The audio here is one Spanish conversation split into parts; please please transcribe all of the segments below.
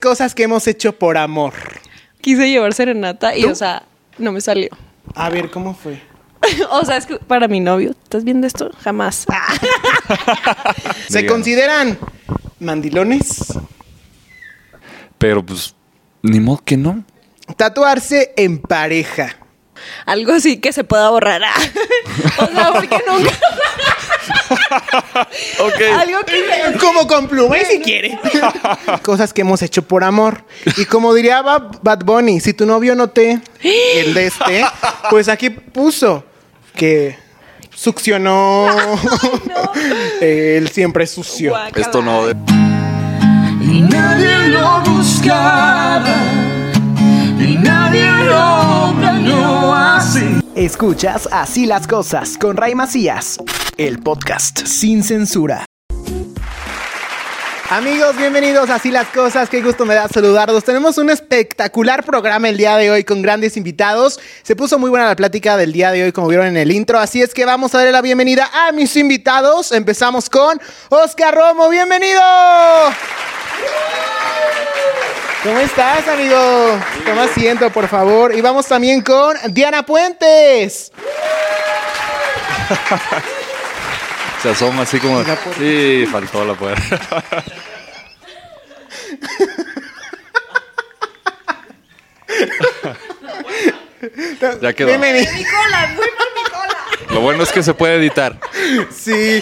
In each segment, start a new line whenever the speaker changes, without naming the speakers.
Cosas que hemos hecho por amor.
Quise llevar serenata y, o sea, no me salió.
A ver, ¿cómo fue?
o sea, es que para mi novio, ¿estás viendo esto? Jamás.
¿Se
Díganos.
consideran mandilones?
Pero pues, ni modo que no.
Tatuarse en pareja.
Algo así que se pueda borrar. ah. o sea, porque nunca.
Ok.
Algo que se-
Como con pluma y si quiere. Cosas que hemos hecho por amor. Y como diría Ba- Bad Bunny, si tu novio no te... El de este, pues aquí puso que succionó. Él siempre es sucio.
Guácala.
Esto no. de-
y nadie lo buscaba y nadie lo planeó así.
Escuchas Así las cosas con Ray Macías, el podcast sin censura.
Amigos, bienvenidos a Así las Cosas. Qué gusto me da saludarlos. Tenemos un espectacular programa el día de hoy con grandes invitados. Se puso muy buena la plática del día de hoy, como vieron en el intro. Así es que vamos a darle la bienvenida a mis invitados. Empezamos con Oscar Romo. ¡Bienvenido! ¿Cómo estás, amigo? Toma asiento, por favor. Y vamos también con Diana Puentes.
Se asoma así como.
la puerta.
Sí, faltó la puerta. Ya quedó.
Bienvenido.
Lo bueno es que se puede editar.
Sí.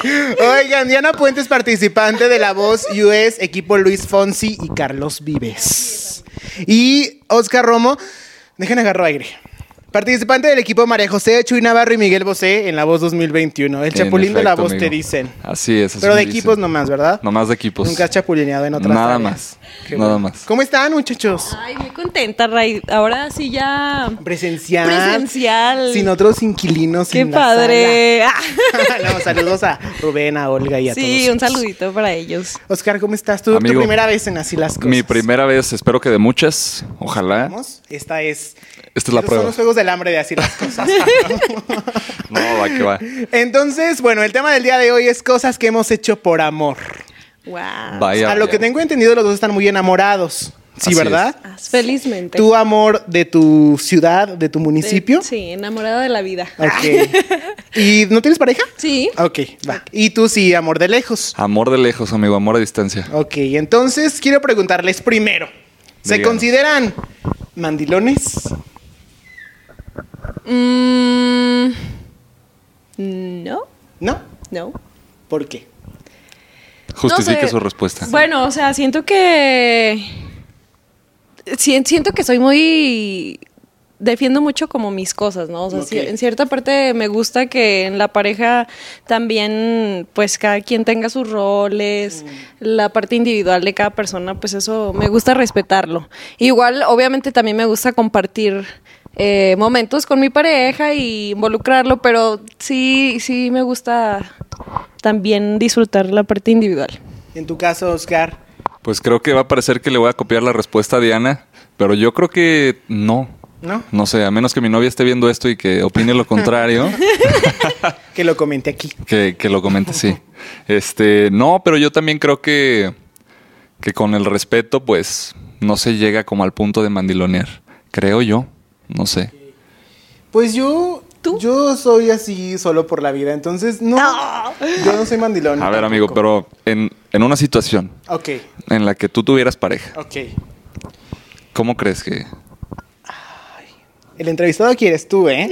Oigan, Diana Puentes, participante de La Voz US, equipo Luis Fonsi y Carlos Vives. Y Oscar Romo, dejen agarro aire. Participante del equipo María José Chuy Navarro y Miguel Bosé en La Voz 2021. El
En
chapulín de La
efecto,
Voz te
amigo.
dicen.
Así es. así
Pero
me
de
dicen.
equipos nomás, ¿verdad?
Nomás de equipos.
Nunca has chapulineado en otras
Nada
áreas.
más.
Qué
Nada
bueno.
más.
¿Cómo están, muchachos?
Ay, muy contenta, Ray. Ahora sí ya.
Presencial.
Presencial.
Sin otros inquilinos
Qué
en la sala.
padre. Ah.
No, saludos a Rubén, a Olga y a todos.
Sí, un
ellos.
saludito para ellos.
Oscar, ¿cómo estás? Tú, tu
Amigo,
primera vez en Así las Cosas.
Mi primera vez, espero que de muchas. Ojalá.
Vamos, Esta es.
Esta es la
estos
prueba.
Son los juegos del hambre de así las cosas.
No, va que va.
Entonces, bueno, el tema del día de hoy es cosas que hemos hecho por amor.
Wow.
Vaya.
A lo
vaya.
que tengo entendido, los dos están muy enamorados. Sí,
Así
¿verdad?
Felizmente.
Tu amor de tu ciudad, de tu
De-
municipio.
Sí, enamorada de la vida.
Ok. ¿Y no tienes pareja?
Sí.
Ok, va. Y tú sí, amor de lejos.
Amor de lejos, amigo, amor a distancia.
Ok, entonces quiero preguntarles primero. ¿Se
Díganos.
consideran mandilones? Ah.
Mm, no,
¿No?
no.
¿Por qué?
Justifique
No sé.
su respuesta.
Bueno, o sea, siento que. si- Siento que soy muy. Defiendo mucho como mis cosas, ¿no? O sea, si-
Ok.
en cierta parte me gusta que en la pareja también, pues cada quien tenga sus
Mm.
roles, la parte individual de cada persona, pues eso me gusta respetarlo. Igual, obviamente, también me gusta compartir eh, momentos con mi pareja y involucrarlo, pero sí, sí me gusta también disfrutar la parte individual.
En tu caso, Oscar.
Pues creo que va a parecer que le voy a copiar la respuesta a Diana, pero yo creo que no.
¿No?
No sé, a menos que mi novia esté viendo esto y que opine lo contrario,
Que lo comenté aquí.
que, que lo comente, sí. Este, no, pero yo también creo que, que con el respeto, pues, no se llega como al punto de mandilonear. Creo yo, no sé.
Pues yo.
¿Tú?
Yo soy así solo por la vida, entonces no. Yo no soy mandilón.
A ver, amigo,
tampoco.
pero en, en una situación
Ok,
en la que tú tuvieras pareja,
ok.
¿cómo crees que...?
El entrevistado quieres tú, ¿eh?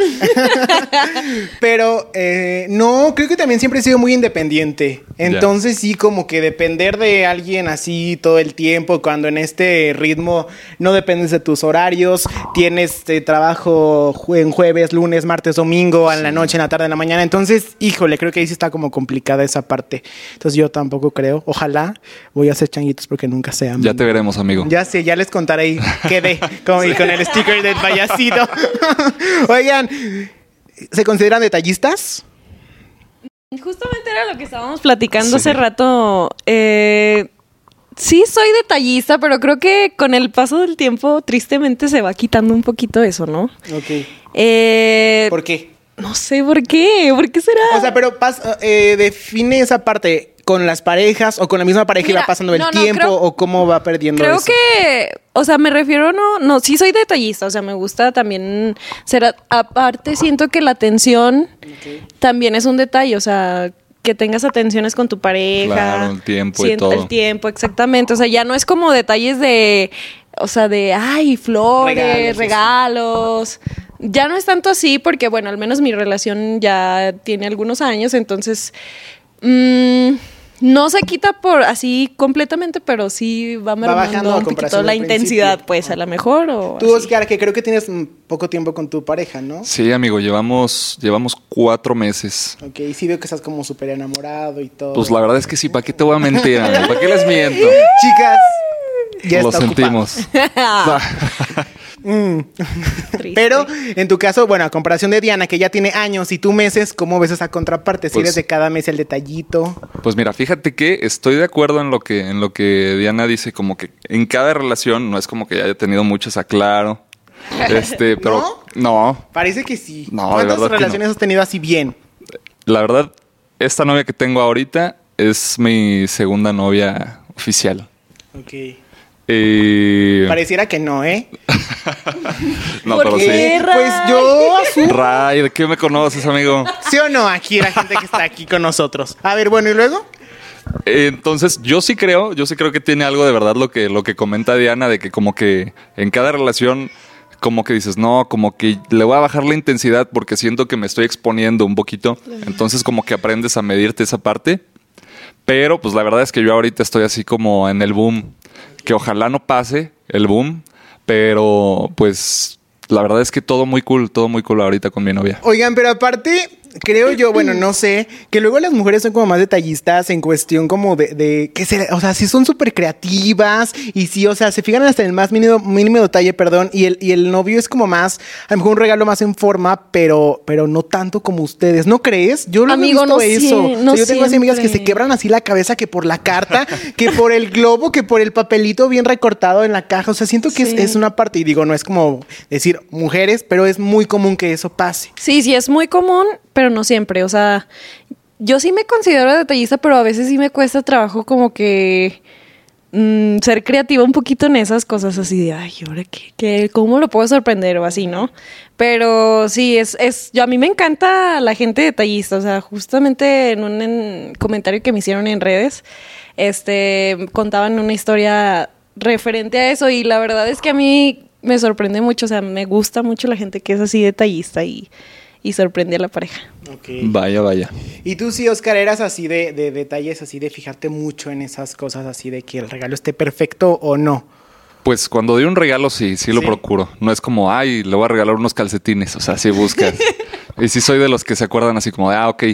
pero eh, no, creo que también siempre he sido muy independiente. Entonces sí, como que depender de alguien así todo el tiempo, cuando en este ritmo no dependes de tus horarios, tienes eh, trabajo ju- en jueves, lunes, martes, domingo, en la noche, en la tarde, en la mañana. Entonces, híjole, creo que ahí sí está como complicada esa parte. Entonces yo tampoco creo. Ojalá voy a hacer changuitos porque nunca se aman.
Ya te veremos, amigo.
Ya sé, ya les contaré y quedé con, y con el sticker del payasito. Oigan, ¿se consideran detallistas?
Justamente era lo que estábamos platicando
Sí.
hace rato. Eh, sí, soy detallista, pero creo que con el paso del tiempo, tristemente, se va quitando un poquito eso, ¿no?
Ok.
Eh,
¿Por qué?
No sé por qué. ¿Por qué será?
O sea, pero pas- eh, define esa parte. con las parejas o con la misma pareja
Mira,
y va pasando el
no, no,
tiempo
creo-
o cómo va perdiendo
Creo
eso?
que, o sea, me refiero, no, no, sí soy detallista, o sea, me gusta también ser, a- aparte siento que la atención también es un detalle, o sea, que tengas atenciones con tu pareja.
Claro, el tiempo y
siento-
todo.
El tiempo, exactamente, o sea, ya no es como detalles de, o sea, de, ay, flores,
Regalos, sí, sí.
regalos. Ya no es tanto así porque, bueno, al menos mi relación ya tiene algunos años, entonces Mm, no se quita por así completamente, pero sí va mermando
bajando a
un poquito
comparación
la
del
intensidad,
principio.
pues, a lo mejor. O
Tú,
así.
Oscar, que creo que tienes mm, poco tiempo con tu pareja, ¿no?
Sí, amigo, llevamos, llevamos cuatro meses.
Ok, sí veo que estás como súper enamorado y todo.
Pues la verdad es que sí, ¿para qué te voy a mentir? amigo? ¿Para qué les miento?
Chicas, ya
Lo
está ocupado.
sentimos.
Ah. Triste.
Pero en tu caso, bueno, a comparación de Diana, que ya tiene años y tú meses, ¿cómo ves esa contraparte? Si
Pues-
eres de cada mes el detallito.
Pues mira, fíjate que estoy de acuerdo en lo que, en lo que Diana dice, como que en cada relación no es como que haya tenido muchos aclaro. Este, pero no,
Parece que sí.
No, de
¿Cuántas
verdad que
relaciones has tenido así bien?
la verdad, esta novia que tengo ahorita es mi segunda novia oficial.
Ok.
Eh,
Pareciera que no, ¿eh?
no,
¿Por
pero
qué?
sí.
Ray.
Pues yo asumo.
Ray, ¿de qué me conoces, amigo?
¿Sí o no? Aquí la gente que está aquí con nosotros. A ver, bueno, ¿y luego?
Entonces, yo sí creo, yo sí creo que tiene algo de verdad lo que, lo que comenta Diana, de que como que en cada relación, como que dices, no, como que le voy a bajar la intensidad porque siento que me estoy exponiendo un poquito. Entonces, como que aprendes a medirte esa parte. Pero, pues la verdad es que yo ahorita estoy así como en el boom, que ojalá no pase el boom, pero pues la verdad es que todo muy cool, todo muy cool ahorita con mi novia.
Oigan, pero aparte, creo yo, bueno, no sé, que luego las mujeres son como más detallistas en cuestión como de, de que se, o sea, sí son súper creativas y sí, o sea, se fijan hasta en el más mínimo, mínimo detalle, perdón, y el, y el novio es como más, a lo mejor un regalo más en forma, pero, pero no tanto como ustedes, ¿no crees? Yo lo
Amigo,
he visto
no
eso.
sie-
O sea,
no
yo tengo así amigas que se
siempre.
quebran así la cabeza que por la carta, que por el globo, que por el papelito bien recortado en la caja, o sea, siento que es-
Sí.
es una parte, y digo, no es como decir mujeres, pero es muy común que eso pase.
Sí, sí, es muy común, pero no siempre. O sea, yo sí me considero detallista, pero a veces sí me cuesta trabajo como que mm, ser creativa un poquito en esas cosas así de, ay, ahora qué, qué, ¿cómo lo puedo sorprender o así, no? Pero sí, es, es, yo a mí me encanta la gente detallista, o sea, justamente en un en- comentario que me hicieron en redes, este, contaban una historia referente a eso y la verdad es que a mí me sorprende mucho, o sea, me gusta mucho la gente que es así detallista y, y sorprende a la pareja.
Vaya, vaya.
Y tú sí, Oscar, eras así de, de detalles, así de fijarte mucho en esas cosas, así de que el regalo esté perfecto o no.
Pues cuando doy un regalo, sí, sí lo
Sí.
procuro. No es como, ay, le voy a regalar unos calcetines. O sea, sí buscas. y sí soy de los que se acuerdan así como, de, ah, ok,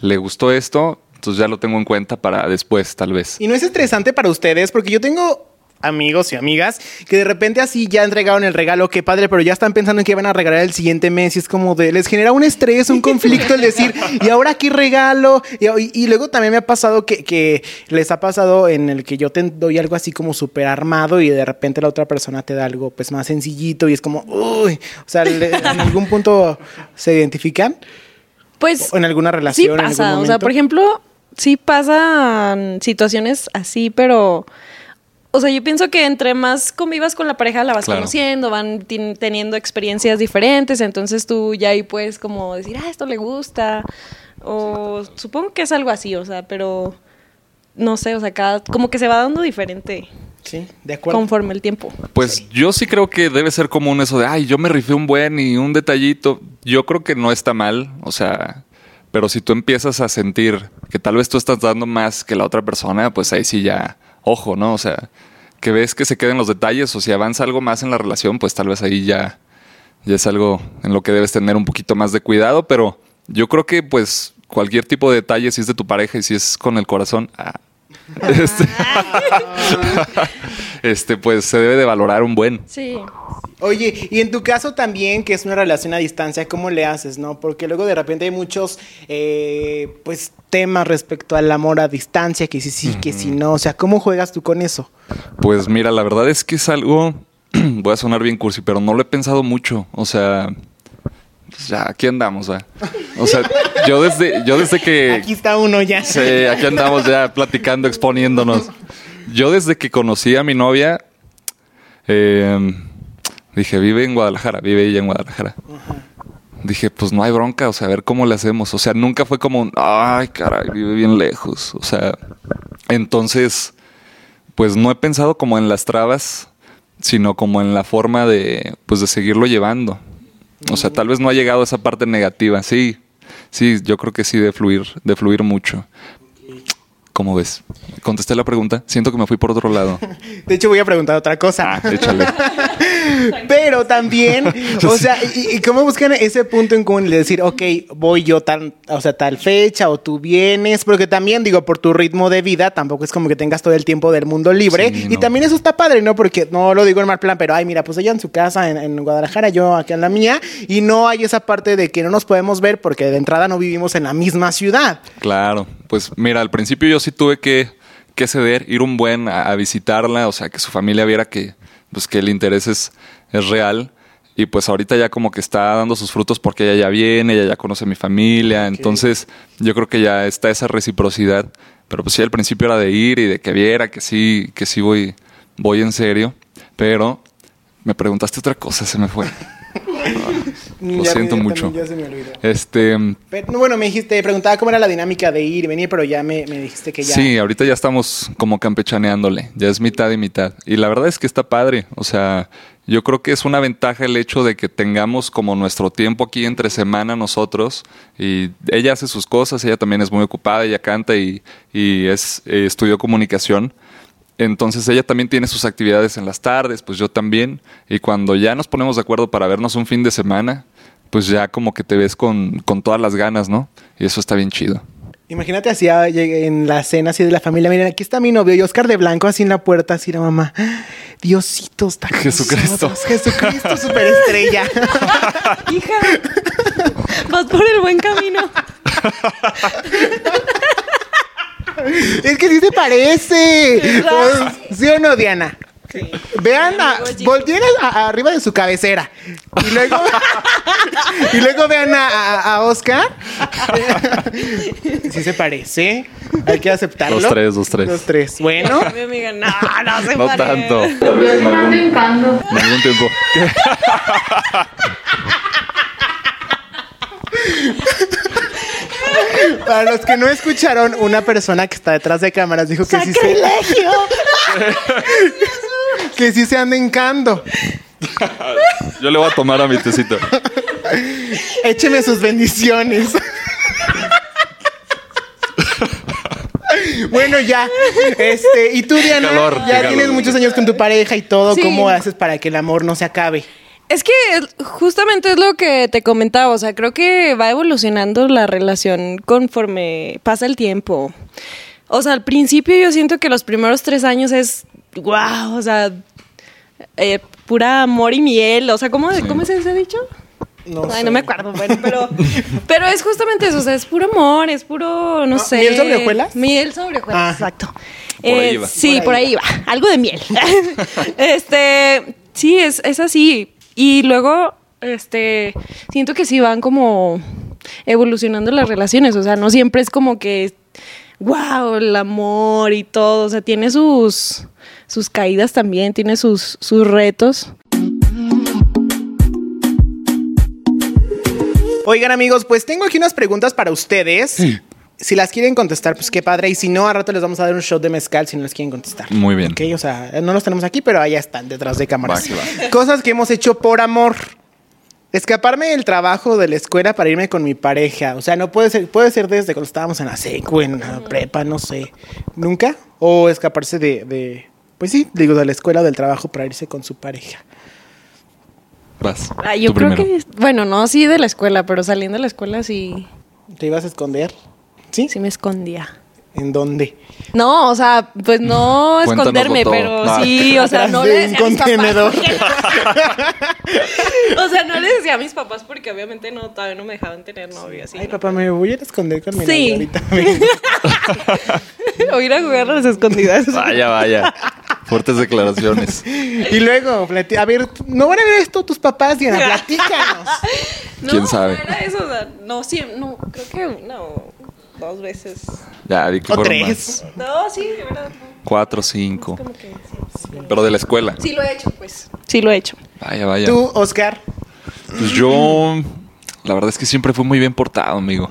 le gustó esto, entonces ya lo tengo en cuenta para después, tal vez.
Y no es estresante para ustedes, porque yo tengo amigos y amigas que de repente así ya entregaron el regalo, qué padre, pero ya están pensando en qué van a regalar el siguiente mes y es como de, les genera un estrés, un conflicto el decir, ¿y ahora qué regalo? Y, y- y luego también me ha pasado que, que les ha pasado en el que yo te doy algo así como súper armado y de repente la otra persona te da algo pues más sencillito y es como, uy, o sea, le- en algún punto se identifican
Pues
o en alguna
Sí
relación. en algún
pasa, o sea,
momento?
por ejemplo, sí pasan situaciones así, pero... O sea, yo pienso que entre más convivas con la pareja, la vas
Claro.
conociendo, van tin- teniendo experiencias diferentes, entonces tú ya ahí puedes como decir, ah, esto le gusta, o supongo que es algo así, o sea, pero no sé, o sea, cada, como que se va dando diferente
Sí, de acuerdo.
conforme el tiempo.
Pues yo sí creo que debe ser común eso de, ay, yo me rifé un buen y un detallito. Yo creo que no está mal, o sea, pero si tú empiezas a sentir que tal vez tú estás dando más que la otra persona, pues ahí sí ya, ojo, ¿no? O sea, que ves que se queden los detalles o si avanza algo más en la relación, pues tal vez ahí ya, ya es algo en lo que debes tener un poquito más de cuidado, pero yo creo que pues cualquier tipo de detalle, si es de tu pareja y si es con el corazón, ah, este, este, pues se debe de valorar un buen.
Sí.
Oye, y en tu caso también, que es una relación a distancia, ¿cómo le haces, no? Porque luego de repente hay muchos, eh, pues, temas respecto al amor a distancia, que si sí, que si no. O sea, ¿cómo juegas tú con eso?
Pues mira, la verdad es que es algo. Voy a sonar bien cursi, pero no lo he pensado mucho. O sea. pues ya, aquí andamos, va. O sea, Yo desde, yo desde que.
Aquí está uno ya.
Eh, Sí, aquí andamos ya platicando, exponiéndonos. Yo desde que conocí a mi novia, eh, dije, vive en Guadalajara, vive ella en Guadalajara. Dije, pues no hay bronca, o sea, a ver cómo le hacemos. O sea, nunca fue como un, ay, caray, vive bien lejos. O sea, entonces, pues no he pensado como en las trabas, sino como en la forma de, pues de seguirlo llevando. O sea, tal vez no ha llegado a esa parte negativa. Sí, sí, yo creo que sí de fluir, de fluir mucho. ¿Cómo ves? Contesté la pregunta. Siento que me fui por otro lado.
De hecho, voy a preguntar otra cosa.
Ah, échale.
Pero también, o sea, y, y cómo buscan ese punto en común de decir, ok, voy yo tal, o sea, tal fecha o tú vienes, porque también digo, por tu ritmo de vida, tampoco es como que tengas todo el tiempo del mundo libre.
Sí,
y
no.
también eso está padre, ¿no? Porque no lo digo en mal plan, pero ay, mira, pues ella en su casa, en, en Guadalajara, yo acá en la mía, y no hay esa parte de que no nos podemos ver porque de entrada no vivimos en la misma ciudad.
Claro, pues mira, al principio yo sí tuve que, que ceder, ir un buen a, a visitarla, o sea, que su familia viera que, pues, que el interés es, es real. Y pues ahorita ya como que está dando sus frutos porque ella ya viene, ella ya conoce a mi familia, entonces yo creo que ya está esa reciprocidad. Pero pues sí, al principio era de ir y de que viera que sí, que sí voy, voy en serio. Pero me preguntaste otra cosa, se me fue. Lo
Ya,
siento
ya
mucho.
también ya se me olvidó.
Este,
Pero, no, bueno, me dijiste, preguntaba cómo era la dinámica de ir y venir, pero ya me, me dijiste que ya.
Sí, ahorita ya estamos como campechaneándole, ya es mitad y mitad. Y la verdad es que está padre, o sea, yo creo que es una ventaja el hecho de que tengamos como nuestro tiempo aquí entre semana nosotros y ella hace sus cosas, ella también es muy ocupada, ella canta y, y es, eh, estudió comunicación. Entonces ella también tiene sus actividades en las tardes, pues yo también. Y cuando ya nos ponemos de acuerdo para vernos un fin de semana, pues ya como que te ves con, con todas las ganas, ¿no? Y eso está bien chido.
Imagínate así ah, llegué en la cena así de la familia. Miren, aquí está mi novio y Oscar de Blanco así en la puerta, así la mamá. Diosito está con
Jesucristo.
nosotros. Jesucristo superestrella.
Hija, vas por el buen camino.
es que sí se parece. Pues,
¿Verdad?
¿Sí o no, Diana? Vean, a, volteen a- a- arriba de su cabecera y luego, y luego vean a, a- a Oscar. Sí se parece, hay que aceptarlo.
Los tres, los tres.
Los tres. Bueno,
Mi amiga, no, no se
No
parece.
tanto. En algún tiempo.
Para los que no escucharon, una persona que está detrás de cámaras dijo que sí se, que sí se anda hincando.
Yo le voy a tomar a mi tecito.
Écheme sus bendiciones. Bueno, ya. Este, y tú, Diana,
Qué calor, qué
ya
calor.
tienes muchos años con tu pareja y todo.
Sí.
¿Cómo haces para que el amor no se acabe?
Es que eh, justamente es lo que te comentaba, o sea, creo que va evolucionando la relación conforme pasa el tiempo. O sea, al principio yo siento que los primeros tres años es, wow, o sea, eh, pura amor y miel, o sea, ¿cómo, ¿cómo se ha dicho?
No
Ay,
sé.
no me acuerdo, bueno, pero, pero es justamente eso, o sea, es puro amor, es puro, no
Ah,
sé.
¿miel sobre hojuelas?
Miel sobre hojuelas,
Ah.
exacto.
Por ahí
Eh,
va.
Sí,
Por
por
ahí
ahí va. Algo de miel. este, sí, es, es así. Y luego, este, siento que sí van como evolucionando las relaciones. O sea, no siempre es como que, wow, el amor y todo. O sea, tiene sus, sus caídas también, tiene sus, sus retos.
Oigan, amigos, pues tengo aquí unas preguntas para ustedes. Si las quieren contestar, pues qué padre. Y si no, a rato les vamos a dar un shot de mezcal si no las quieren contestar.
Muy bien.
Ok, o sea, no los tenemos aquí, pero allá están, detrás de cámaras.
Va que
Cosas que hemos hecho por amor. Escaparme del trabajo de la escuela para irme con mi pareja. O sea, no puede ser, puede ser desde cuando estábamos en la secu, en la prepa, no sé. ¿Nunca? O escaparse de, de- pues sí, digo, de la escuela o del trabajo para irse con su pareja.
Vas.
Ah, yo
tú
creo
primero.
que, bueno, no, sí de la escuela, pero saliendo de la escuela sí,
¿Te ibas a esconder? ¿Sí?
sí me escondía.
¿En dónde?
No, o sea, pues no
Cuéntanoslo
esconderme,
todo.
pero
Ah.
sí, o sea,
Atrás
no
de
le
un
decía a mis
contenedor.
papás. o sea, no le decía a mis papás porque obviamente no, todavía no me dejaban tener novio así.
Ay,
¿no?
papá, me voy a ir a esconder con mi
Sí.
novio ahorita.
o ir a jugar a las escondidas.
Vaya, vaya. Fuertes declaraciones.
y luego, plati- a ver, no van a ver esto tus papás, Diana, platícanos.
quién sabe.
No, era eso, o sea, no, sí, no, creo que una o dos veces.
Ya vi que
O
fueron
tres.
más.
No, sí, de verdad. no.
Cuatro, cinco.
Como que sí,
Pero de la escuela.
sí lo he hecho, pues. Sí lo he hecho.
Vaya, vaya.
Tú, Oscar,
Pues yo, la verdad es que siempre fui muy bien portado, amigo.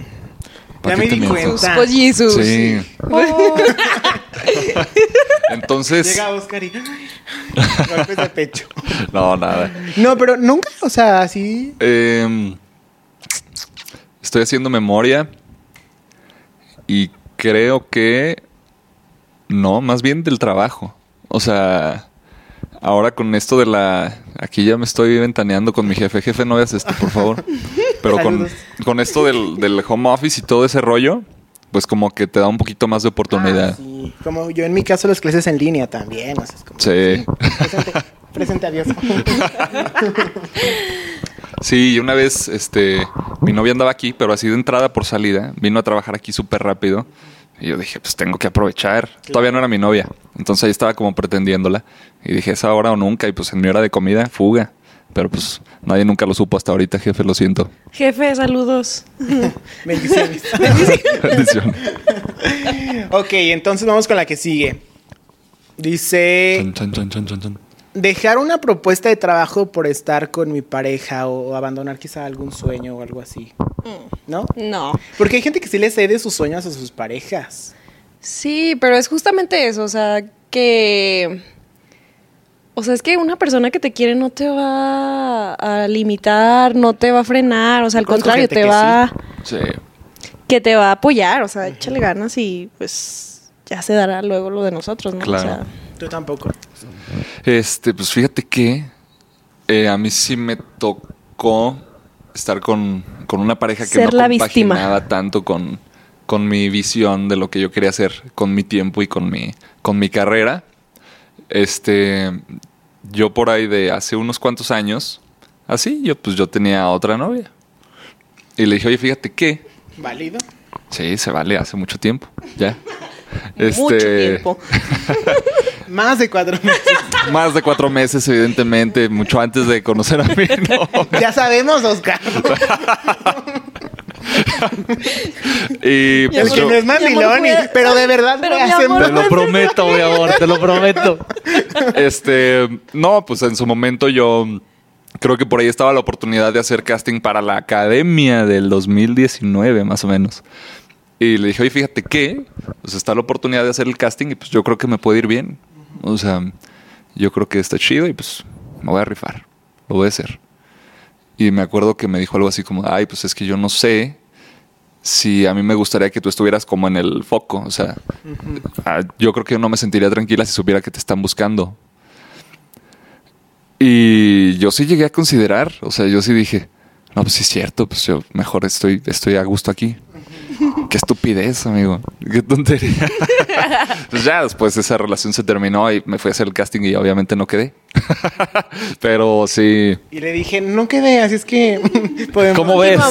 ¿Para
Ya
qué
me
te
di
miento?
cuenta.
Jesús, pues Jesús.
Sí.
Oh.
Entonces,
llega Oscar y golpes de pecho.
no, nada.
No, pero nunca, o sea, así.
Eh, estoy haciendo memoria y creo que no, más bien del trabajo. O sea, ahora con esto de la. Aquí ya me estoy ventaneando con mi jefe. Jefe, no veas esto, por favor. Pero con,
Saludos.
con esto del, del home office y todo ese rollo, pues como que te da un poquito más de oportunidad.
Ah, sí. Como yo en mi caso, las clases en línea también. O sea, es como,
Sí.
Presente, presente, adiós.
Sí, y una vez, este, mi novia andaba aquí, pero así de entrada por salida, vino a trabajar aquí súper rápido. Y yo dije, pues tengo que aprovechar. Todavía no era mi novia. Entonces ahí estaba como pretendiéndola. Y dije, es ahora o nunca. Y pues en mi hora de comida, fuga. Pero pues nadie nunca lo supo hasta ahorita, jefe, lo siento.
Jefe, saludos.
Bendiciones.
Bendición.
ok, entonces vamos con la que sigue. Dice:
Chan, chan, chan, chan, chan, chan.
Dejar una propuesta de trabajo por estar con mi pareja o, abandonar quizá algún sueño o algo así.
Mm.
¿No?
No.
Porque hay gente que sí le cede sus sueños a sus parejas.
Sí, pero es justamente eso, o sea, que... O sea, es que una persona que te quiere no te va a limitar, no te va a frenar, o sea, al
Conozco
contrario,
gente
te
que
va,
Sí.
que te va a apoyar, o sea, échale ganas y pues ya se dará luego lo de nosotros, ¿no? O
Claro.
sea,
Tú tampoco.
Este, pues fíjate que eh, a mí sí me tocó estar con, con una pareja que
Ser
no
la víctima.
compaginaba tanto con, con mi visión de lo que yo quería hacer, con mi tiempo y con mi, con mi carrera. Este, yo por ahí de hace unos cuantos años, así, yo pues yo tenía otra novia. Y le dije, oye, fíjate que,
¿Válido?
sí, se vale, hace mucho tiempo, ya. Este,
mucho tiempo.
Más de cuatro meses.
Más de cuatro meses, evidentemente, mucho antes de conocer a mí.
ya sabemos, Oscar.
Y
El
pues
que
yo
no es
Mi amor,
mandilón, y-
voy a-
pero de verdad
Pero
fue
mi
hace-
amor,
te lo prometo, mi amor, te lo prometo. Este, no, pues en su momento yo creo que por ahí estaba la oportunidad de hacer casting para la academia del 2019, más o menos. Y le dije, oye, fíjate que, pues está la oportunidad de hacer el casting y pues yo creo que me puede ir bien. O sea, yo creo que está chido y pues me voy a rifar, lo voy a hacer. Y me acuerdo que me dijo algo así como, ay, pues es que yo no sé si a mí me gustaría que tú estuvieras como en el foco. O sea, ah, yo creo que yo no me sentiría tranquila si supiera que te están buscando. Y yo sí llegué a considerar, o sea, yo sí dije, no, pues sí es cierto, pues yo mejor estoy, estoy a gusto aquí. Qué estupidez, amigo. Qué tontería. pues ya después esa relación se terminó y me fui a hacer el casting y obviamente no quedé. Pero sí,
Y le dije, no quedé, así es que podemos.
¿Cómo ves?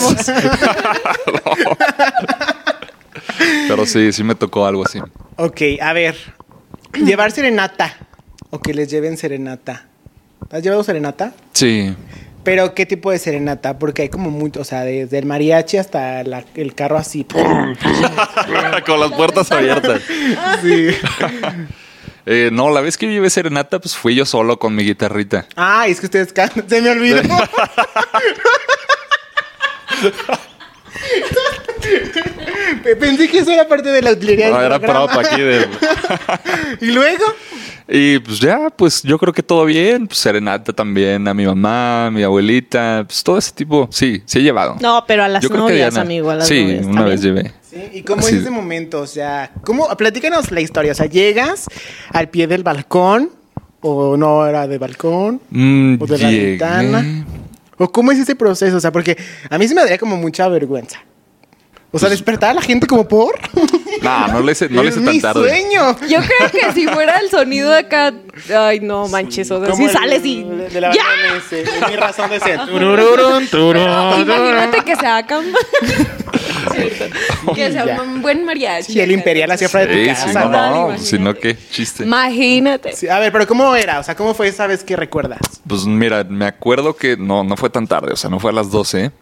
pero sí, sí me tocó algo así.
Ok, a ver. Llevar serenata. O que les lleven serenata. ¿Has llevado serenata?
Sí.
Pero, ¿qué tipo de serenata? Porque hay como mucho, o sea, desde el mariachi hasta la- el carro así.
Con las puertas abiertas.
Sí.
Eh, no, la vez que llevé serenata, pues fui yo solo con mi guitarrita.
Ay, es que ustedes cantan. Se me olvidó. Pe- Pensé que eso era parte de la utilidad.
Ah,
del
era
programa.
prop aquí de-
Y luego,
Y pues ya, pues yo creo que todo bien. Pues serenata también a mi mamá, a mi abuelita, pues todo ese tipo. Sí, sí he llevado.
No, pero a las
Yo creo que
novias,
Diana-
amigo, a las
Sí,
novias
una vez
también.
llevé.
¿sí? ¿y cómo
Así-
es ese momento? O sea, ¿cómo? Platícanos la historia. O sea, llegas al pie del balcón, o no era de balcón,
Mm,
o de la
llegué.
ventana. ¿O cómo es ese proceso? O sea, porque a mí se me daría como mucha vergüenza. O sea, despertar a la gente como por.
No, no le hice, no le
es
hice
mi
tan tarde.
sueño.
Yo creo que si fuera el sonido de acá, ay no manches, o sea,
Como
si
el-
sales y
De la
ya.
banana ese, es mi razón de ser.
Imagínate que sea acá. que sea un buen mariachi.
Y el imperial hacia afuera de tu
Sí,
casa.
sí, no,
Total,
no,
imagínate.
si no, qué chiste.
Imagínate.
Sí, a ver, pero ¿cómo era? O sea, ¿cómo fue esa vez que recuerdas?
Pues mira, me acuerdo que no, no fue tan tarde, o sea, no fue a las 12,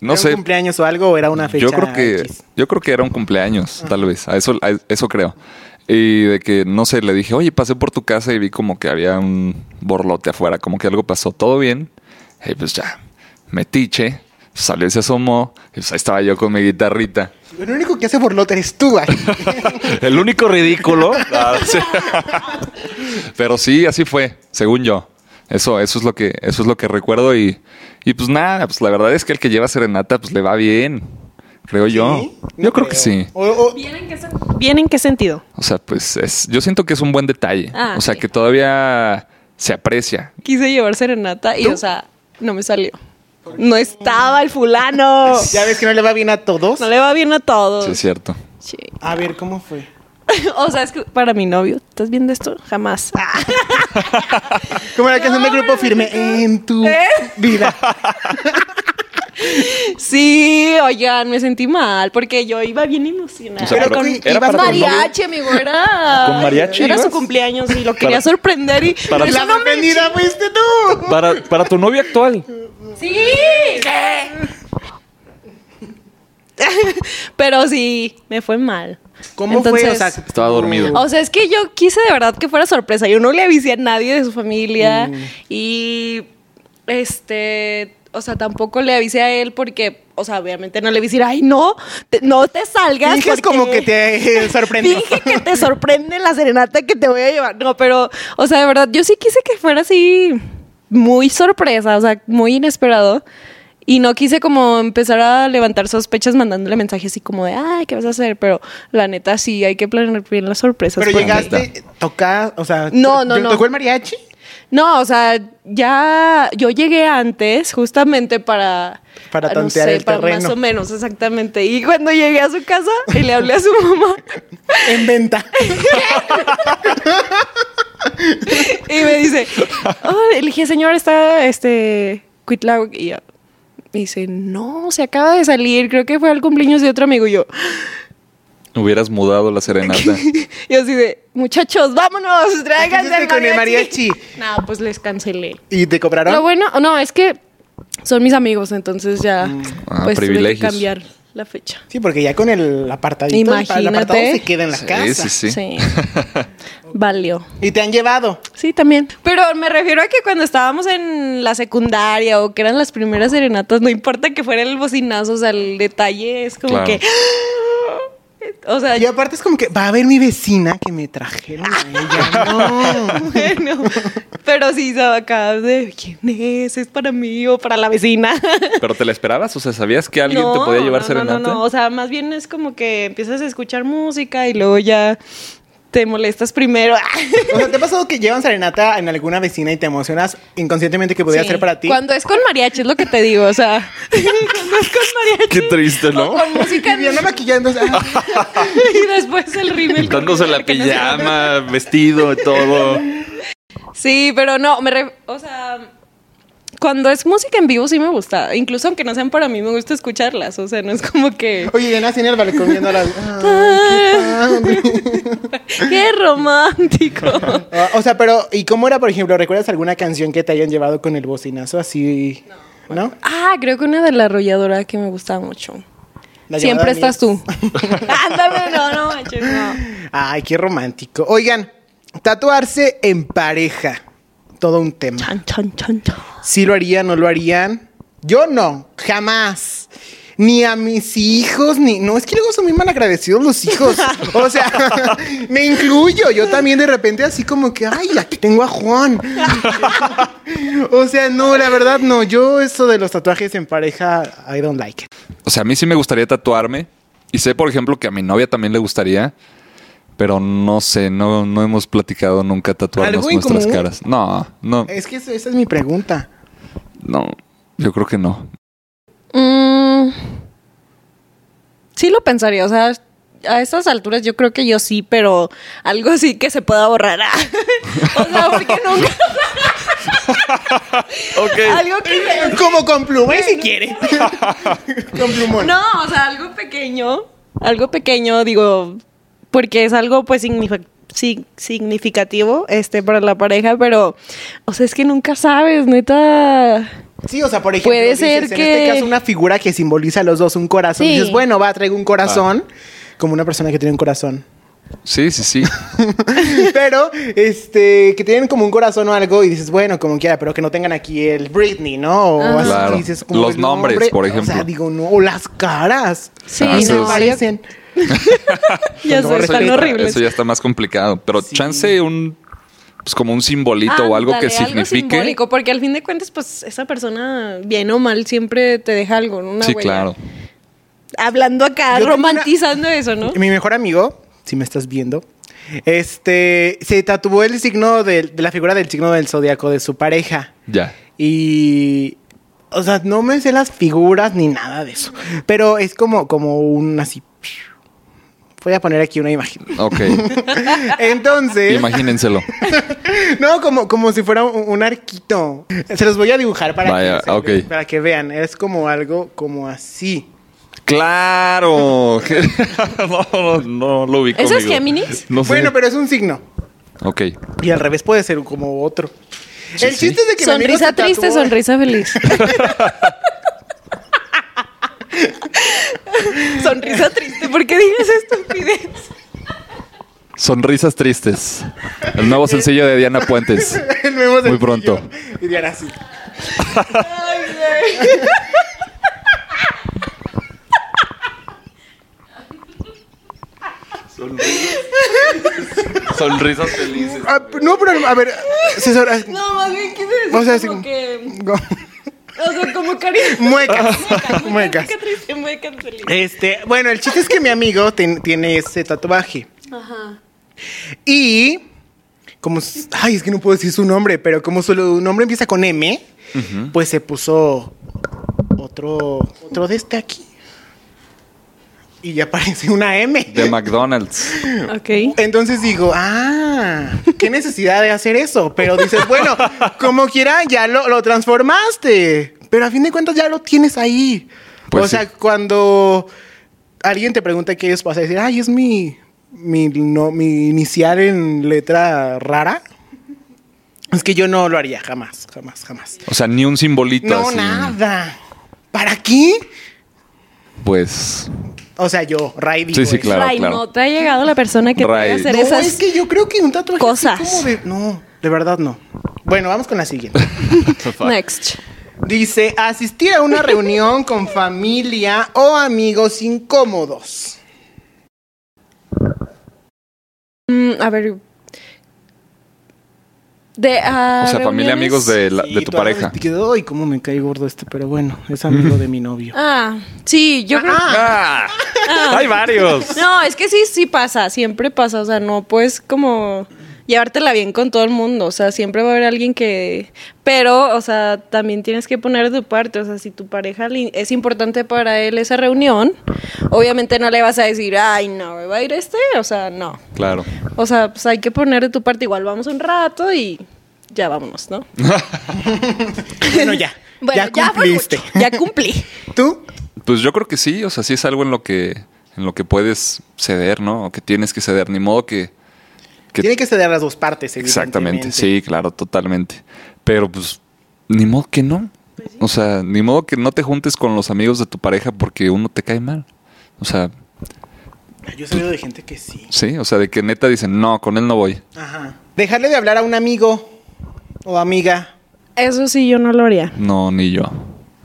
No
¿Era
sé.
un cumpleaños o algo o era una fecha?
Yo creo que
X?
yo creo que era un cumpleaños, tal vez. A eso a eso creo. Y de que no sé, le dije, "Oye, pasé por tu casa y vi como que había un borlote afuera, como que algo pasó, todo bien." Y pues ya, metiche, salió y se asomó, y pues ahí estaba yo con mi guitarrita.
Lo único que hace Borlot eres tú, Ari.
El único ridículo. Ah, sí. Pero sí, así fue, según yo. Eso, eso es lo que, eso es lo que recuerdo. Y, y pues nada, pues la verdad es que el que lleva serenata, pues le va bien. Creo yo.
¿Sí?
Yo
No
creo, que sí.
O- o-
¿Bien en qué sentido?
O sea, pues es, yo siento que es un buen detalle.
Ah,
o sea,
sí.
que todavía se aprecia.
Quise llevar serenata y, o sea, no me salió. No estaba el fulano.
ya ves que no le va bien a todos.
No le va bien a todos.
Sí, es cierto.
Sí.
A ver, ¿cómo fue?
O sea, es que para mi novio, ¿estás viendo esto? Jamás.
Como la canción del grupo firme en tu
¿Eh?
vida.
Sí, oigan, me sentí mal porque yo iba bien emocionada.
O sea, pero ¿era
iba
para tu
mariachi, amigo, era.
¿Con mariachi
Era
ibas?
su cumpleaños y lo quería sorprender y.
para-
Eso
La
no me-
sorprendida fuiste tú.
Para, para tu novio actual.
Sí. Pero sí, me fue mal.
¿Cómo fue? O
Entonces-
sea,
Estaba dormido.
O sea, es que yo quise de verdad que fuera sorpresa. Yo no le avisé a nadie de su familia
Mm.
y este, o sea, tampoco le avisé a él porque, o sea, obviamente no le avisé, ay, no, te- no te salgas.
Finges
porque
como que te eh, sorprendió.
Finge que te sorprende la serenata que te voy a llevar. No, pero, o sea, de verdad, yo sí quise que fuera así muy sorpresa, o sea, muy inesperado. Y no quise como empezar a levantar sospechas mandándole mensajes así como de, ay, ¿qué vas a hacer? Pero la neta sí, hay que planear bien las sorpresas.
Pero
porque-
llegaste, tocá, o sea,
No, no,
¿te-
no.
¿Tocó el mariachi?
No, o sea, ya yo llegué antes justamente para...
Para
no
tantear el
para
terreno.
Más o menos, exactamente. Y cuando llegué a su casa y le hablé a su mamá
En venta.
y me dice, oh, le dije, señor, está este Cuitlau. Y yo, me dice, no, se acaba de salir, creo que fue al cumpleaños de otro amigo. Y yo,
Hubieras mudado la serenata.
yo así de, muchachos, vámonos, tráiganse
Ah, hiciste
el
con el mariachi?
No, pues les cancelé.
¿Y te cobraron?
Lo bueno, no, es que son mis amigos, entonces ya
Mm.
Ah,
pues tuve que
privilegios.
cambiar la fecha.
Sí, porque ya con el apartadito, el pa- el
Imagínate.
apartado se queda en la
Sí,
casa.
sí, sí.
Valió.
Y te han llevado.
Sí, también. Pero me refiero a que cuando estábamos en la secundaria o que eran las primeras serenatas, no importa que fuera el bocinazo, o sea, el detalle es como
Claro.
que. ¡Ah! O sea,
Y aparte es como que va a ver mi vecina que me trajeron a ella. No.
bueno. Pero sí, se acá de quién es, es para mí o para la vecina.
Pero te la esperabas, o sea, ¿sabías que alguien te
No,
podía
no,
llevar
no,
serenata?
No, no, o sea, más bien es como que empiezas a escuchar música y luego ya te molestas primero.
O sea, ¿te ha pasado que llevan serenata en alguna vecina y te emocionas inconscientemente que podía
Sí.
ser para ti?
Cuando es con mariachi es lo que te digo, o sea, cuando es con mariachi.
Qué triste, ¿no?
o con música
Y anda maquillando. Ah, o sea,
y después el rímel. con
Dándose
rímel
la
que no se nota.
pijama, vestido y todo.
Sí, pero no, me re- o sea, cuando es música en vivo sí me gusta, incluso aunque no sean para mí me gusta escucharlas, o sea, no es como que
Oye, ya nací en el balcón viendo a las. Ah,
qué romántico.
Ah, o sea, pero ¿y cómo era, por ejemplo? ¿Recuerdas alguna canción que te hayan llevado con el bocinazo así? No. ¿No?
Ah, creo que una de la arrolladora que me gustaba mucho.
La
Siempre
llamada
estás tú. Ándame, no, no, manches, no.
Ay, qué romántico. Oigan, tatuarse en pareja. Todo un tema.
Chan, chan, chan, chan.
¿Sí lo harían, no lo harían? Yo no, jamás. Ni a mis hijos, ni. No, es que luego son muy malagradecidos los hijos. O sea, me incluyo. Yo también de repente, así como que, ay, aquí tengo a Juan. o sea, no, la verdad, no. Yo, eso de los tatuajes en pareja, I don't like it.
O sea, a mí sí me gustaría tatuarme. Y sé, por ejemplo, que a mi novia también le gustaría. Pero no sé, no, no hemos platicado nunca tatuarnos
¿Algo en
nuestras
común?
caras. No, no,
Es que eso- esa es mi pregunta.
no. Yo creo que no.
Mm, sí lo pensaría, o sea, a estas alturas yo creo que yo sí, pero algo así que se pueda borrar. ah. o sea, porque nunca... Algo que... se-
Como con pluma, y si quiere. con plumón.
No, o sea, algo pequeño, algo pequeño, digo, porque es algo pues signifi- sig- significativo este para la pareja, pero, o sea, es que nunca sabes, neta.
Sí, o sea, por ejemplo,
Puede
dices,
ser
en este
que-
caso una figura que simboliza a los dos un corazón.
Sí.
Dices, bueno, va, traigo un corazón,
Ah.
como una persona que tiene un corazón.
Sí, sí, sí.
pero, este, que tienen como un corazón o algo y dices, bueno, como quiera, pero que no tengan aquí el Britney, ¿no? O
Ajá.
así
Claro.
dices, como
Los
el
nombres,
nombre.
por
O sea,
ejemplo.
digo, no, o las caras.
Sí,
Ah,
Y
sí,
se
sí.
no.
parecen.
Ya
No,
sé,
eso
están
ya-
horribles.
Eso ya está más complicado. Pero chance un pues como un simbolito o algo que
Ándale,
signifique.
simbólico, porque al fin de cuentas, pues esa persona, bien o mal, siempre te deja algo, ¿no? Una
sí,
huella.
claro.
Hablando acá,
Yo tengo una-
romantizando eso, ¿no?
Mi mejor amigo, si me estás viendo, este, se tatuó el signo del- de la figura del signo del zodiaco de su pareja.
Ya.
Y. O sea, no me sé las figuras ni nada de eso. Pero es como, como un así. Voy a poner aquí una imagen.
Ok.
Entonces.
Imagínenselo.
No, como, como si fuera un, un arquito. Se los voy a dibujar para,
Vaya,
que, se-
ok.
para que vean. Es como algo como así.
¡Claro! no, no, no lo ubico.
¿Eso es
amigo.
Géminis?
No sé.
Bueno, pero es un signo.
Ok.
Y al revés puede ser como otro. El
sí.
chiste es de que mi amigo
Sonrisa
se tatuó-
triste, sonrisa feliz. sonrisa triste, ¿por qué digas estupidez?
Sonrisas tristes. El nuevo sencillo de Diana Puentes.
el nuevo sencillo.
pronto.
Y Diana así.
Sonrisas felices.
Ah, p- no, pero a ver, César, ah,
No, más bien quise decir
O sea,
como
sí.
que...
go-
O sea, como cariño.
muecas.
Ah, Muecas.
muecas.
Mueca triste, mueca feliz.
Este, bueno, el chiste es que mi amigo ten- tiene ese tatuaje.
Ajá.
Y como s- ay, es que no puedo decir su nombre, pero como su nombre empieza con M, pues se puso otro otro de este aquí. Y ya parece una M.
De McDonald's.
Ok.
Entonces digo, ah, qué necesidad de hacer eso. Pero dices, bueno, como quiera, ya lo, lo transformaste. Pero a fin de cuentas ya lo tienes ahí.
Pues
o sea,
sí.
cuando alguien te pregunta qué es, vas a decir, ay, es mi, mi, no, mi inicial en letra rara. Es que yo no lo haría, jamás, jamás, jamás.
O sea, ni un simbolito
No,
así.
nada. ¿Para qué?
Pues.
O sea, yo, Ray digo
Sí, sí,
eso.
Claro,
Ray,
claro.
no te ha llegado la persona que
Ray.
te haga hacer
No,
esas...
es que yo creo que un tatuaje así
cosas.
como de- no, de verdad no. Bueno, vamos con la siguiente.
Next.
Dice, asistir a una reunión con familia o amigos incómodos.
Mm, a ver. De, ah,
O sea,
reuniones-
familia, amigos de, la-
Sí,
de tu
tú hablas
pareja.
Te quedó, ay, cómo me cae gordo este, pero bueno, es amigo de mi novio.
Ah, sí, yo creo.
Ah, Hay varios.
No, es que sí, sí pasa, siempre pasa. O sea, no puedes como llevártela bien con todo el mundo. O sea, siempre va a haber alguien que. Pero, o sea, también tienes que poner de tu parte. O sea, si tu pareja le- es importante para él esa reunión, obviamente no le vas a decir, ay, no, ¿va a ir este? O sea, no.
Claro.
O sea, pues hay que poner de tu parte. Igual vamos un rato y ya vámonos, ¿no?
Bueno, ya.
Bueno,
ya
ya, fue
cumpliste.
mucho, ya cumplí.
¿Tú?
Pues yo creo que sí, o sea, sí es algo en lo que en lo que puedes ceder, ¿no? O que tienes que ceder, ni modo que, que-
Tiene que ceder las dos partes,
exactamente,
evidentemente.
sí, claro, totalmente. Pero pues ni modo que no. O sea, ni modo que no te juntes con los amigos de tu pareja porque uno te cae mal. O sea,
Yo he sabido de gente que sí.
sí, o sea, de que neta dicen, "No, con él no voy."
Ajá. Dejarle de hablar a un amigo o amiga.
Eso sí, yo no lo haría.
No, ni yo.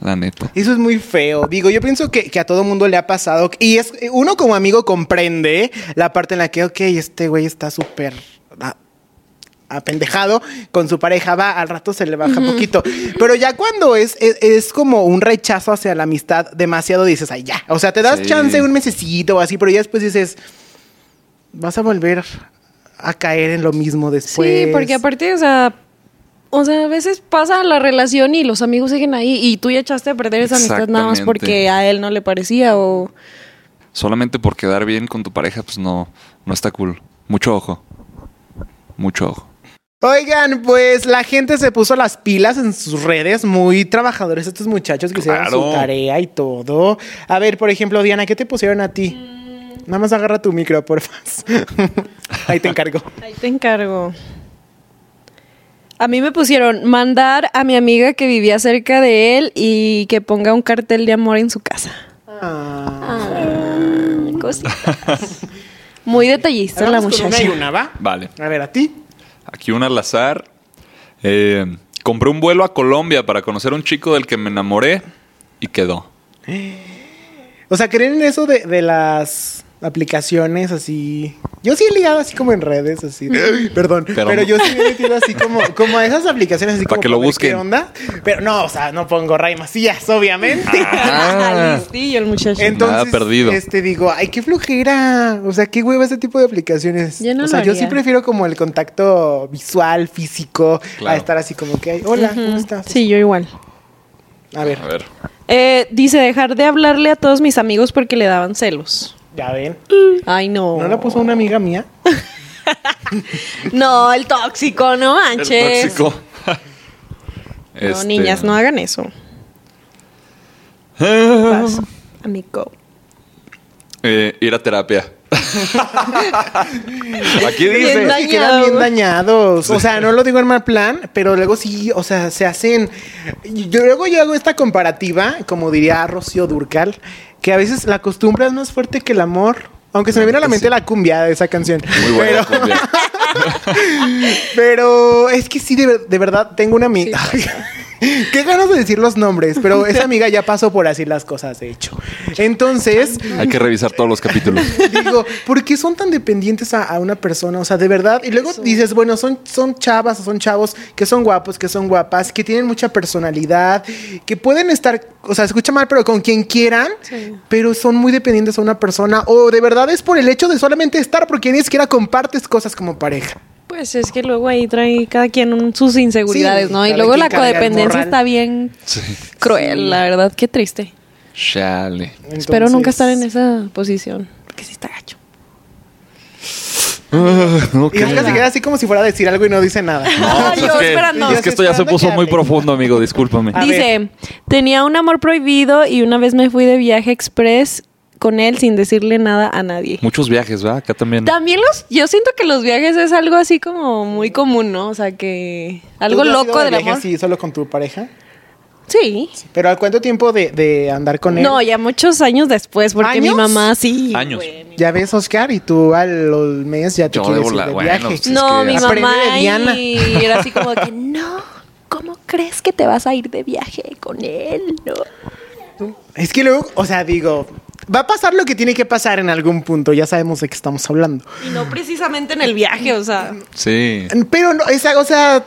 La neta.
Eso es muy feo. Digo, yo pienso que, que a todo mundo le ha pasado. Y es uno como amigo comprende la parte en la que, ok, este güey está súper a- apendejado con su pareja, va, al rato se le baja poquito. Pero ya cuando es, es, es como un rechazo hacia la amistad, demasiado dices, ay, ya. O sea, te das
Sí.
chance un mesecito o así, pero ya después dices, vas a volver a caer en lo mismo después.
Sí, porque aparte, o sea, o sea, a veces pasa la relación y los amigos siguen ahí y tú ya echaste a perder esa amistad nada más
Exactamente.
porque a él no le parecía o...
Solamente por quedar bien con tu pareja, pues no no está cool. Mucho ojo. Mucho ojo.
Oigan, pues la gente se puso las pilas en sus redes, muy trabajadores estos muchachos que hicieron su
Claro.
tarea y todo. A ver, por ejemplo, Diana, ¿qué te pusieron a ti?
Mm.
Nada más agarra tu micro, porfa. Ahí te encargo.
Ahí te encargo. A mí me pusieron mandar a mi amiga que vivía cerca de él y que ponga un cartel de amor en su casa. Ah, cositas. Muy detallista la
Vamos con
muchacha.
Una y una, ¿va?
Vale.
A ver, a ti.
Aquí un al azar. Eh, compré un vuelo a Colombia para conocer a un chico del que me enamoré y quedó.
O sea, ¿creen en eso de, de las aplicaciones así? Yo sí he ligado así como en redes, así. de- Perdón, pero,
Pero no.
yo sí me he metido así como, como a esas aplicaciones así
Pa'
como
que lo
ver
busquen.
¿Qué onda? Pero no, o sea, no pongo Ray Macías, obviamente.
Ah,
Listillo el muchacho.
Entonces,
Nada perdido.
este digo, ay, qué flojera. O sea, qué hueva este tipo de aplicaciones.
Yo no
o sea,
lo
yo
haría.
sí prefiero como el contacto visual, físico, a
Claro.
estar así como que, ay, hola, ¿cómo estás?
Sí, yo igual.
A ver,
a ver.
Eh, dice dejar de hablarle a todos mis amigos porque le daban celos.
ya ven.
Ay, no.
¿No la puso una amiga mía?
No, el tóxico, no manches.
El tóxico. Este.
No, niñas, no hagan eso. Vas, amigo.
Eh, ir a terapia. Aquí
Bien
dice.
Sí, quedan
dañados.
bien dañados. O sea, no lo digo en mal plan, pero luego sí, o sea, se hacen. Yo luego yo hago esta comparativa, como diría Rocío Durcal, que a veces la costumbre es más fuerte que el amor. Aunque se me viene a la mente la cumbia de esa canción.
Muy buena.
Pero,
cumbia.
pero es que sí, de, ver- de verdad, tengo una amiga. Qué ganas de decir los nombres, pero esa amiga ya pasó por así las cosas, de hecho. Entonces,
Hay que revisar todos los capítulos.
Digo, ¿por qué son tan dependientes a, a una persona? O sea, de verdad. Y luego dices, bueno, son, son chavas o son chavos que son guapos, que son guapas, que tienen mucha personalidad, que pueden estar, o sea, escucha mal, pero con quien quieran, pero son muy dependientes a una persona. O de verdad es por el hecho de solamente estar, porque ni siquiera compartes cosas como pareja.
Pues es que luego ahí trae cada quien un- sus inseguridades,
Sí,
¿no? Y
cada
luego
quien
la
carga el
codependencia
morral.
está bien cruel, la verdad, qué triste.
Chale.
Espero nunca estar en
eso.
esa posición, porque sí está gacho.
No,
Y Oscar se queda así como si fuera a decir algo y no dice nada.
No,
pues
yo
es, que,
esperando. Ah.
es que esto ya se
Esperando
puso
que
muy
hable.
profundo, amigo. Discúlpame.
A
Dice,
ver.
tenía un amor prohibido y una vez me fui de viaje express con él sin decirle nada a nadie.
Muchos viajes, ¿verdad? Acá también.
También los, yo siento que los viajes es algo así como muy común, ¿no? O sea que algo
¿Tú has ido
loco
de
del
viaje
amor.
así solo con tu pareja?
Sí.
¿Pero al cuánto tiempo de, de andar con él?
No, ya muchos años después, porque mi
¿Años?
mamá sí.
Años.
güey, mi-
Ya ves, Oscar, y tú al al mes ya te
Yo
quieres
de
ir
vola-
de
bueno,
viaje.
pues,
No,
Es que
mi
aprende
mamá
de Diana.
y era así como que no. ¿Cómo crees que te vas a ir de viaje con él? No.
Es que luego, o sea, digo, va a pasar lo que tiene que pasar en algún punto, ya sabemos de qué estamos hablando.
Y no precisamente en el viaje, o sea,
Sí.
Pero no, esa, o sea,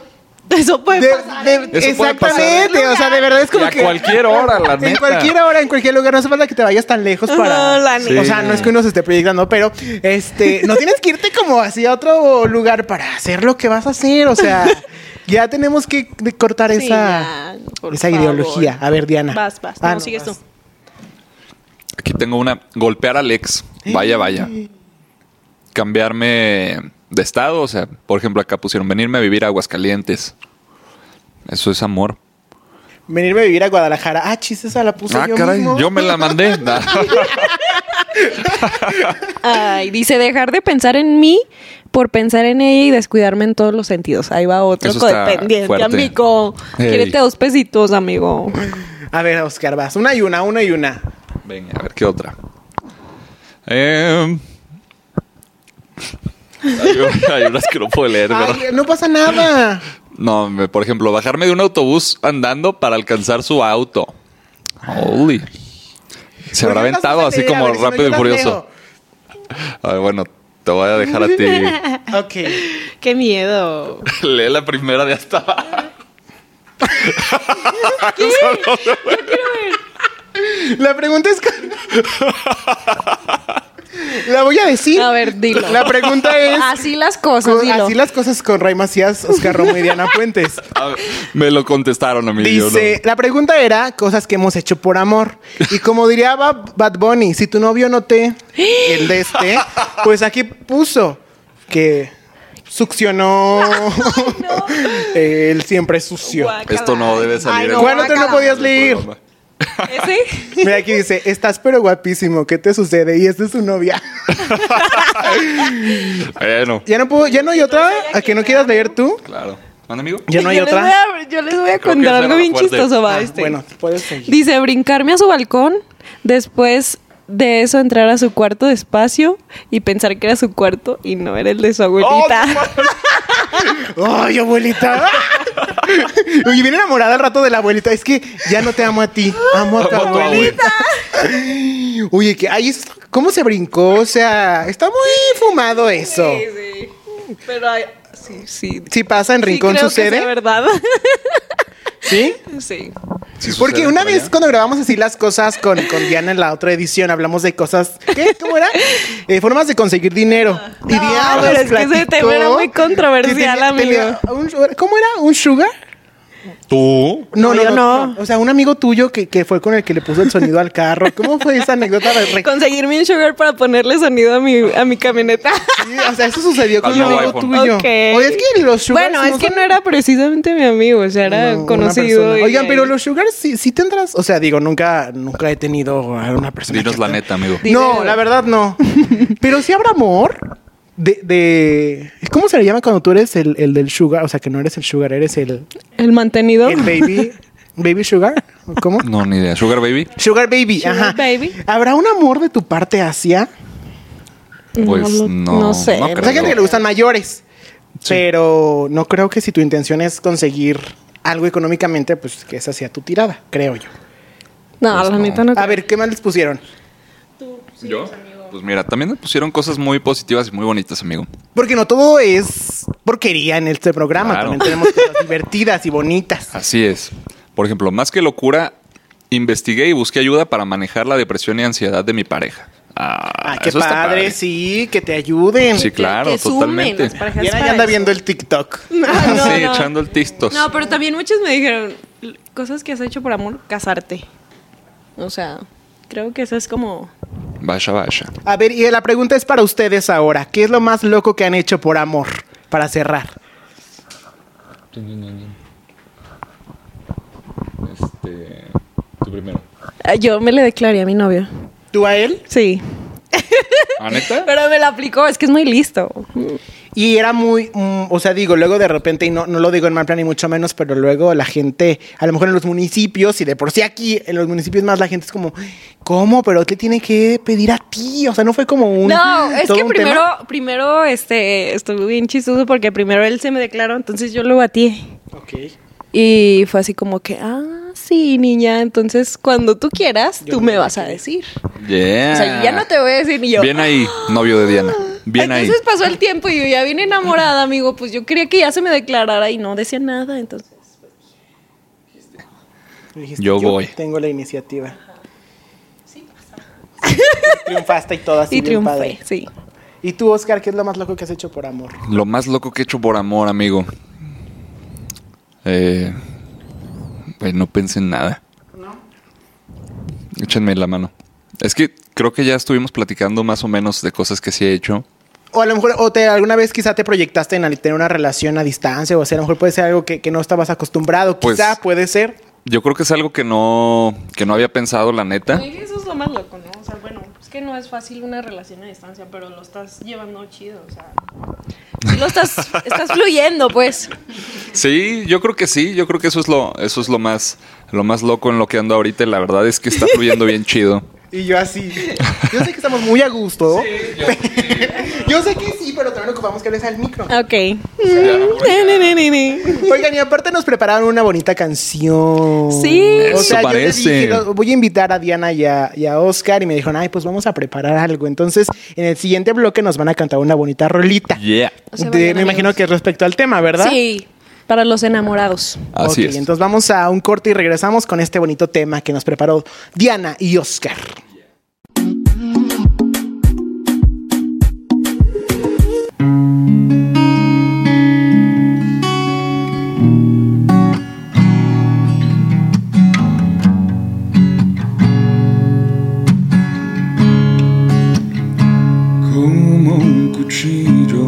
eso
de-
puede
de-
pasar.
Eso puede pasar.
exactamente, o sea, de verdad es
Y
como
a
que
cualquier hora, la
en
neta.
cualquier hora, en cualquier lugar, no hace falta que te vayas tan lejos para.
No, la neta.
O sea, no es que uno se esté proyectando, pero este, no tienes que irte como así a otro lugar para hacer lo que vas a hacer. O sea, ya tenemos que de- cortar
Sí,
esa,
ya, por
esa
favor.
ideología. A ver, Diana.
Vas, vas.
Ah,
no, sigues
vas.
tú.
Aquí tengo una. Golpear al ex. Vaya, vaya. Cambiarme de estado. O sea, por ejemplo, acá pusieron venirme a vivir a Aguascalientes. Eso es amor.
Venirme a vivir a Guadalajara. Ah, chis, esa la puse
ah,
yo
caray,
mismo.
yo me la mandé. Nah.
Ay, dice dejar de pensar en mí por pensar en ella y descuidarme en todos los sentidos. Ahí va otro
Eso está
codependiente,
fuerte.
amigo.
Ey.
Quírete dos pesitos, amigo.
A ver, Oscar, vas. Una y una, una y una.
Venga, a ver qué otra. Eh, hay, hay unas que no puedo leer, ¿verdad?
Ay, no pasa nada.
No, me- por ejemplo, bajarme de un autobús andando para alcanzar su auto.
Ah.
Holy. Se habrá
¿Por qué las
aventado
vas a
así
leer? A
como
ver, si no,
rápido
yo
y
las
furioso. A ver, bueno, te voy a dejar a ti.
leo. Ok.
Qué miedo.
Lee la primera de hasta abajo.
La pregunta es. la voy a decir.
A ver, dilo.
La pregunta es.
Así las cosas,
con-
dilo.
así las cosas con Ray Macías, Oscar Romo y Diana Puentes.
A ver, Me lo contestaron a mí. yo
Dice, la pregunta era cosas que hemos hecho por amor. Y como diría Ba- Bad Bunny, si tu novio no te, el de este, pues aquí puso que succionó el siempre sucio.
no. Esto no debe salir.
Ay,
en-
no,
¿Cuándo tú no
guácala.
podías leer?
¿Ese?
Mira, aquí dice, estás pero guapísimo, ¿qué te sucede? Y esta es su novia.
Bueno,
Ya no puedo, ya no hay otra a que no quieras leer tú.
claro. ¿Manda, amigo?
¿Ya no hay
yo Les voy
otra?
a, yo les voy a
Creo que
contar
esa
algo
era
bien
fuerte.
chistoso, va.
Ah,
este.
Bueno, puedes seguir.
Dice, brincarme a su balcón, después de eso entrar a su cuarto despacio y pensar que era su cuarto y no era el de su
Oh,
abuelita.
¡Ay, abuelita! Oye, viene enamorada al rato de la abuelita. Es que ya no te amo a ti, amo a tu
Amo a tu
abuelita. Oye, que ahí es- ¿cómo se brincó? O sea, está muy fumado eso.
Sí, sí. Pero hay- sí, sí.
Si pasa en
Sí,
Rincón
creo que sí,
sucede,
verdad.
¿sí?
sí.
Sí
Porque
sucede
una
por
vez
allá.
cuando grabamos así las cosas con, con Diana en la otra edición, hablamos de cosas. ¿Qué? ¿Cómo era? Eh, formas de conseguir dinero. y Diana
Ah. pero
nos
es que ese
platicó
tema era muy controversial,
que tenía- tenía un- ¿Cómo era? ¿Un sugar?
¿Tú?
No, no,
No,
no,
yo
no.
no.
O sea, un amigo tuyo que, que fue con el que le puso el sonido al carro. ¿Cómo fue esa anécdota? Re-
Conseguirme un sugar para ponerle sonido a mi, a mi camioneta.
Sí, o sea, eso sucedió con un
Al nuevo
amigo
iPhone.
tuyo.
Ok.
Oye, es que los sugars.
bueno, es que
son-
no era precisamente mi amigo, o sea, era
no, una
conocido.
persona.
y-
Oigan, pero los sugars sí, sí tendrás. O sea, digo, nunca, nunca he tenido a una persona.
Dinos
que-
la neta, amigo.
No,
Dinero.
la verdad no. Pero sí habrá amor de, de- ¿Cómo se le llama cuando tú eres el, el del sugar? O sea, que no eres el sugar, eres el,
¿El mantenido?
el baby. ¿Baby sugar? ¿Cómo?
No, ni idea. ¿Sugar Baby?
Sugar baby.
Sugar
ajá.
baby.
¿Habrá un amor de tu parte hacia?
Pues
lo-
no,
No sé.
no
O sea, hay gente
Creo.
que le gustan mayores. Pero no creo que si tu intención es conseguir algo económicamente, pues que esa sea tu tirada, creo yo.
No, la
Pues no.
neta no.
A ver, ¿qué más les pusieron?
¿Yo? Pues mira, también me pusieron cosas muy positivas y muy bonitas, amigo.
Porque no todo es porquería en este programa.
Claro.
También tenemos cosas divertidas y bonitas.
Así es. Por ejemplo, más que locura, investigué y busqué ayuda para manejar la depresión y ansiedad de mi pareja. Ah,
Ah, qué
eso está
padre, sí, que te ayuden.
Sí, claro,
que sumen
totalmente.
las parejas
Diana
para
ya anda
eso.
viendo el TikTok.
No, no,
sí,
no.
echando el tistos.
No, pero también muchos me dijeron cosas que has hecho por amor, casarte. O sea, creo que eso es como
Vaya, vaya.
A ver, y la pregunta es para ustedes ahora. ¿Qué es lo más loco que han hecho por amor? Para cerrar.
Este, tú primero.
Ah, yo me le declaré a mi novio.
¿Tú a él?
Sí.
¿Ah, neta?
Pero me la aplicó, es que es muy listo.
Y era muy, mm, o sea, digo, luego de repente, y no, no lo digo en mal plan ni mucho menos, pero luego la gente, a lo mejor en los municipios, y de por sí aquí, en los municipios más la gente es como, ¿cómo? Pero te tiene que pedir a ti. O sea, no fue como un...
no, es
todo
que
un tema.
primero, primero, este, estuvo bien chistoso porque primero él se me declaró, entonces yo lo batí.
Ok.
Y fue así como que, ah, sí, niña, entonces cuando tú quieras, tú me vas a decir.
Yeah.
O sea, yo ya no te voy a decir ni yo.
Ah,
"Ah".
Bien ahí, novio de Diana. Bien ahí.
entonces pasó el tiempo y yo ya vine enamorada, amigo. Pues yo quería que ya se me declarara y no decía nada, entonces.
Dijiste,
Yo voy.
Tengo la iniciativa. Sí, Triunfaste y todo así.
y
bien
triunfé,
padre.
sí.
¿Y tú, Oscar, qué es lo más loco que has hecho por amor?
Lo más loco que he hecho por amor, amigo. Eh, pues no pensé en nada. Échenme la mano. Es que creo que ya estuvimos platicando más o menos de cosas que sí he hecho.
O a lo mejor, o te, alguna vez quizá te proyectaste en al- tener una relación a distancia, o sea, a lo mejor puede ser algo que, que no estabas acostumbrado,
Pues-
quizá puede ser.
Yo creo que es algo que no, que no había pensado, la neta.
Eso es lo más loco, ¿no? O sea, bueno, es que no es fácil una relación a distancia, pero lo estás llevando chido, o sea. sí lo estás, estás fluyendo, pues.
Sí, yo creo que sí. Yo creo que eso es lo, eso es lo más, lo más loco en lo que ando ahorita. y La verdad es que está fluyendo bien chido.
Y yo así. Yo sé que estamos muy a gusto. yo, sé que sí, pero también ocupamos que hables al micro.
Ok. Mm,
Oigan, y aparte nos prepararon una bonita canción.
Sí.
O
Eso
sea, yo le
parece.
dije, "Lo- voy a invitar a Diana y a, y a Oscar y me dijeron, ay, pues vamos a preparar algo. Entonces, en el siguiente bloque nos van a cantar una bonita rolita.
Yeah.
O sea,
De-
vayan,
me imagino
amigos.
que es respecto al tema, ¿verdad?
Sí, para los enamorados.
Así
Ok,
es.
entonces vamos a un corte y regresamos con este bonito tema que nos preparó Diana y Oscar.
como un cuchillo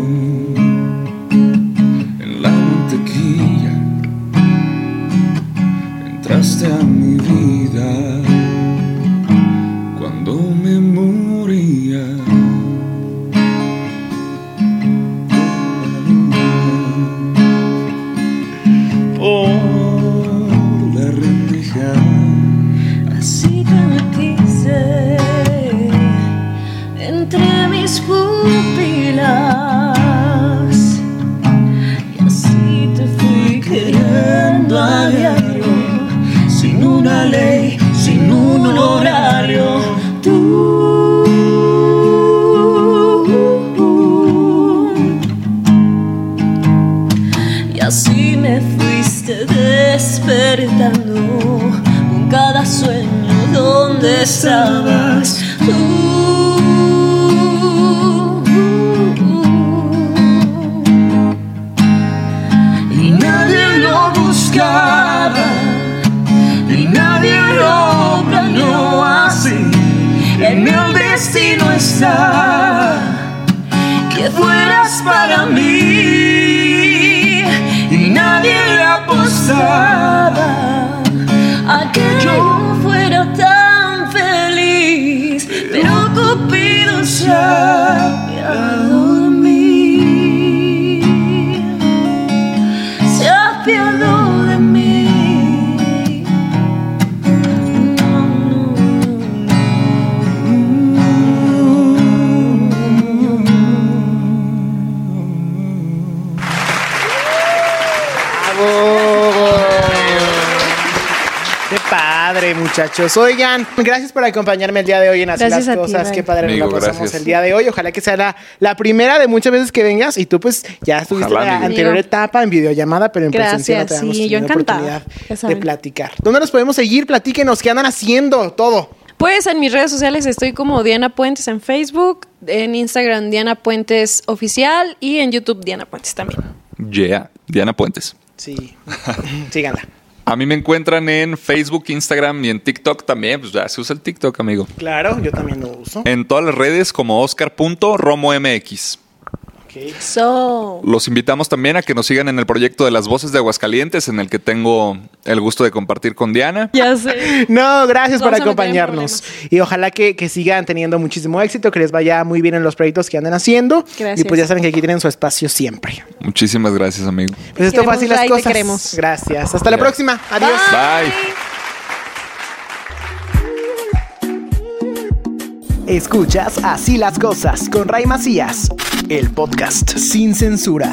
en la mantequilla. Entraste a mi vida cuando me moría. Toda la vida
una ley, sin un horario. Tú. Y así me fuiste despertando con cada sueño donde estabas tú. Y nadie lo buscaba, y nadie lo planeó así. En el destino está que fueras para mí, y nadie le apostaba a que yo fuera tan feliz. Pero Cupido se ha apiadado de mí se apiadó de mí. No, no, no,
Qué padre, muchachos. Oigan, gracias por acompañarme el día de hoy en Así
Gracias
las
a ti,
Cosas.
Ray.
Qué padre nos
Amigo,
la pasamos
gracias.
el día de hoy. Ojalá que sea la, la primera de muchas veces que vengas. Y tú, pues, ya estuviste en
Ojalá,
la
amigo.
anterior etapa en videollamada, pero en
Gracias,
presencia no te habíamos
sí, yo
tenido
encantada. Ya
oportunidad de
saben.
platicar. ¿Dónde nos podemos seguir? Platíquenos, ¿qué andan haciendo? Todo.
Pues en mis redes sociales estoy como Diana Puentes en Facebook, en Instagram Diana Puentes Oficial y en YouTube Diana Puentes también.
Yeah, Diana Puentes.
Sí. Síganla.
A mí me encuentran en Facebook, Instagram y en TikTok también. Pues ya se usa el TikTok, amigo.
Claro, yo también lo uso.
En todas las redes como oscar.romomx.
Ok.
So,
Los invitamos también a que nos sigan en el proyecto de las voces de Aguascalientes, en el que tengo el gusto de compartir con Diana.
ya sé.
No, gracias por
Vamos a meter en
acompañarnos. Y ojalá que, que sigan teniendo muchísimo éxito, que les vaya muy bien en los proyectos que anden haciendo.
Gracias.
Y pues ya saben que aquí tienen su espacio siempre.
Muchísimas gracias, amigo.
Pues esto fue
queremos,
así las
Ray, te
cosas.
queremos.
Gracias. Hasta la
Ya.
próxima. Adiós.
Bye.
Escuchas Así las cosas con Ray Macías, el podcast sin censura.